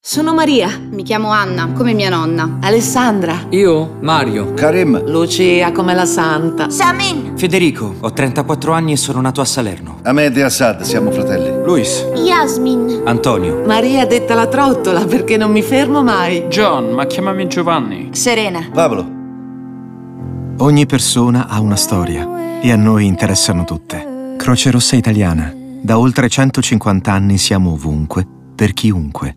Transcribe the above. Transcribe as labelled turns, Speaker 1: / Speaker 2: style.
Speaker 1: Sono Maria.
Speaker 2: Mi chiamo Anna, come mia nonna.
Speaker 3: Alessandra.
Speaker 4: Io, Mario.
Speaker 5: Karim,
Speaker 3: Lucia come la santa.
Speaker 6: Samin,
Speaker 7: Federico, ho 34 anni e sono nato a Salerno.
Speaker 5: Ahmed e Assad siamo fratelli.
Speaker 7: Luis,
Speaker 6: Yasmin,
Speaker 7: Antonio,
Speaker 3: Maria detta la trottola perché non mi fermo mai.
Speaker 8: John, ma chiamami Giovanni.
Speaker 2: Serena.
Speaker 5: Pablo,
Speaker 9: Ogni persona ha una storia e a noi interessano tutte. Croce Rossa Italiana. Da oltre 150 anni siamo ovunque, per chiunque.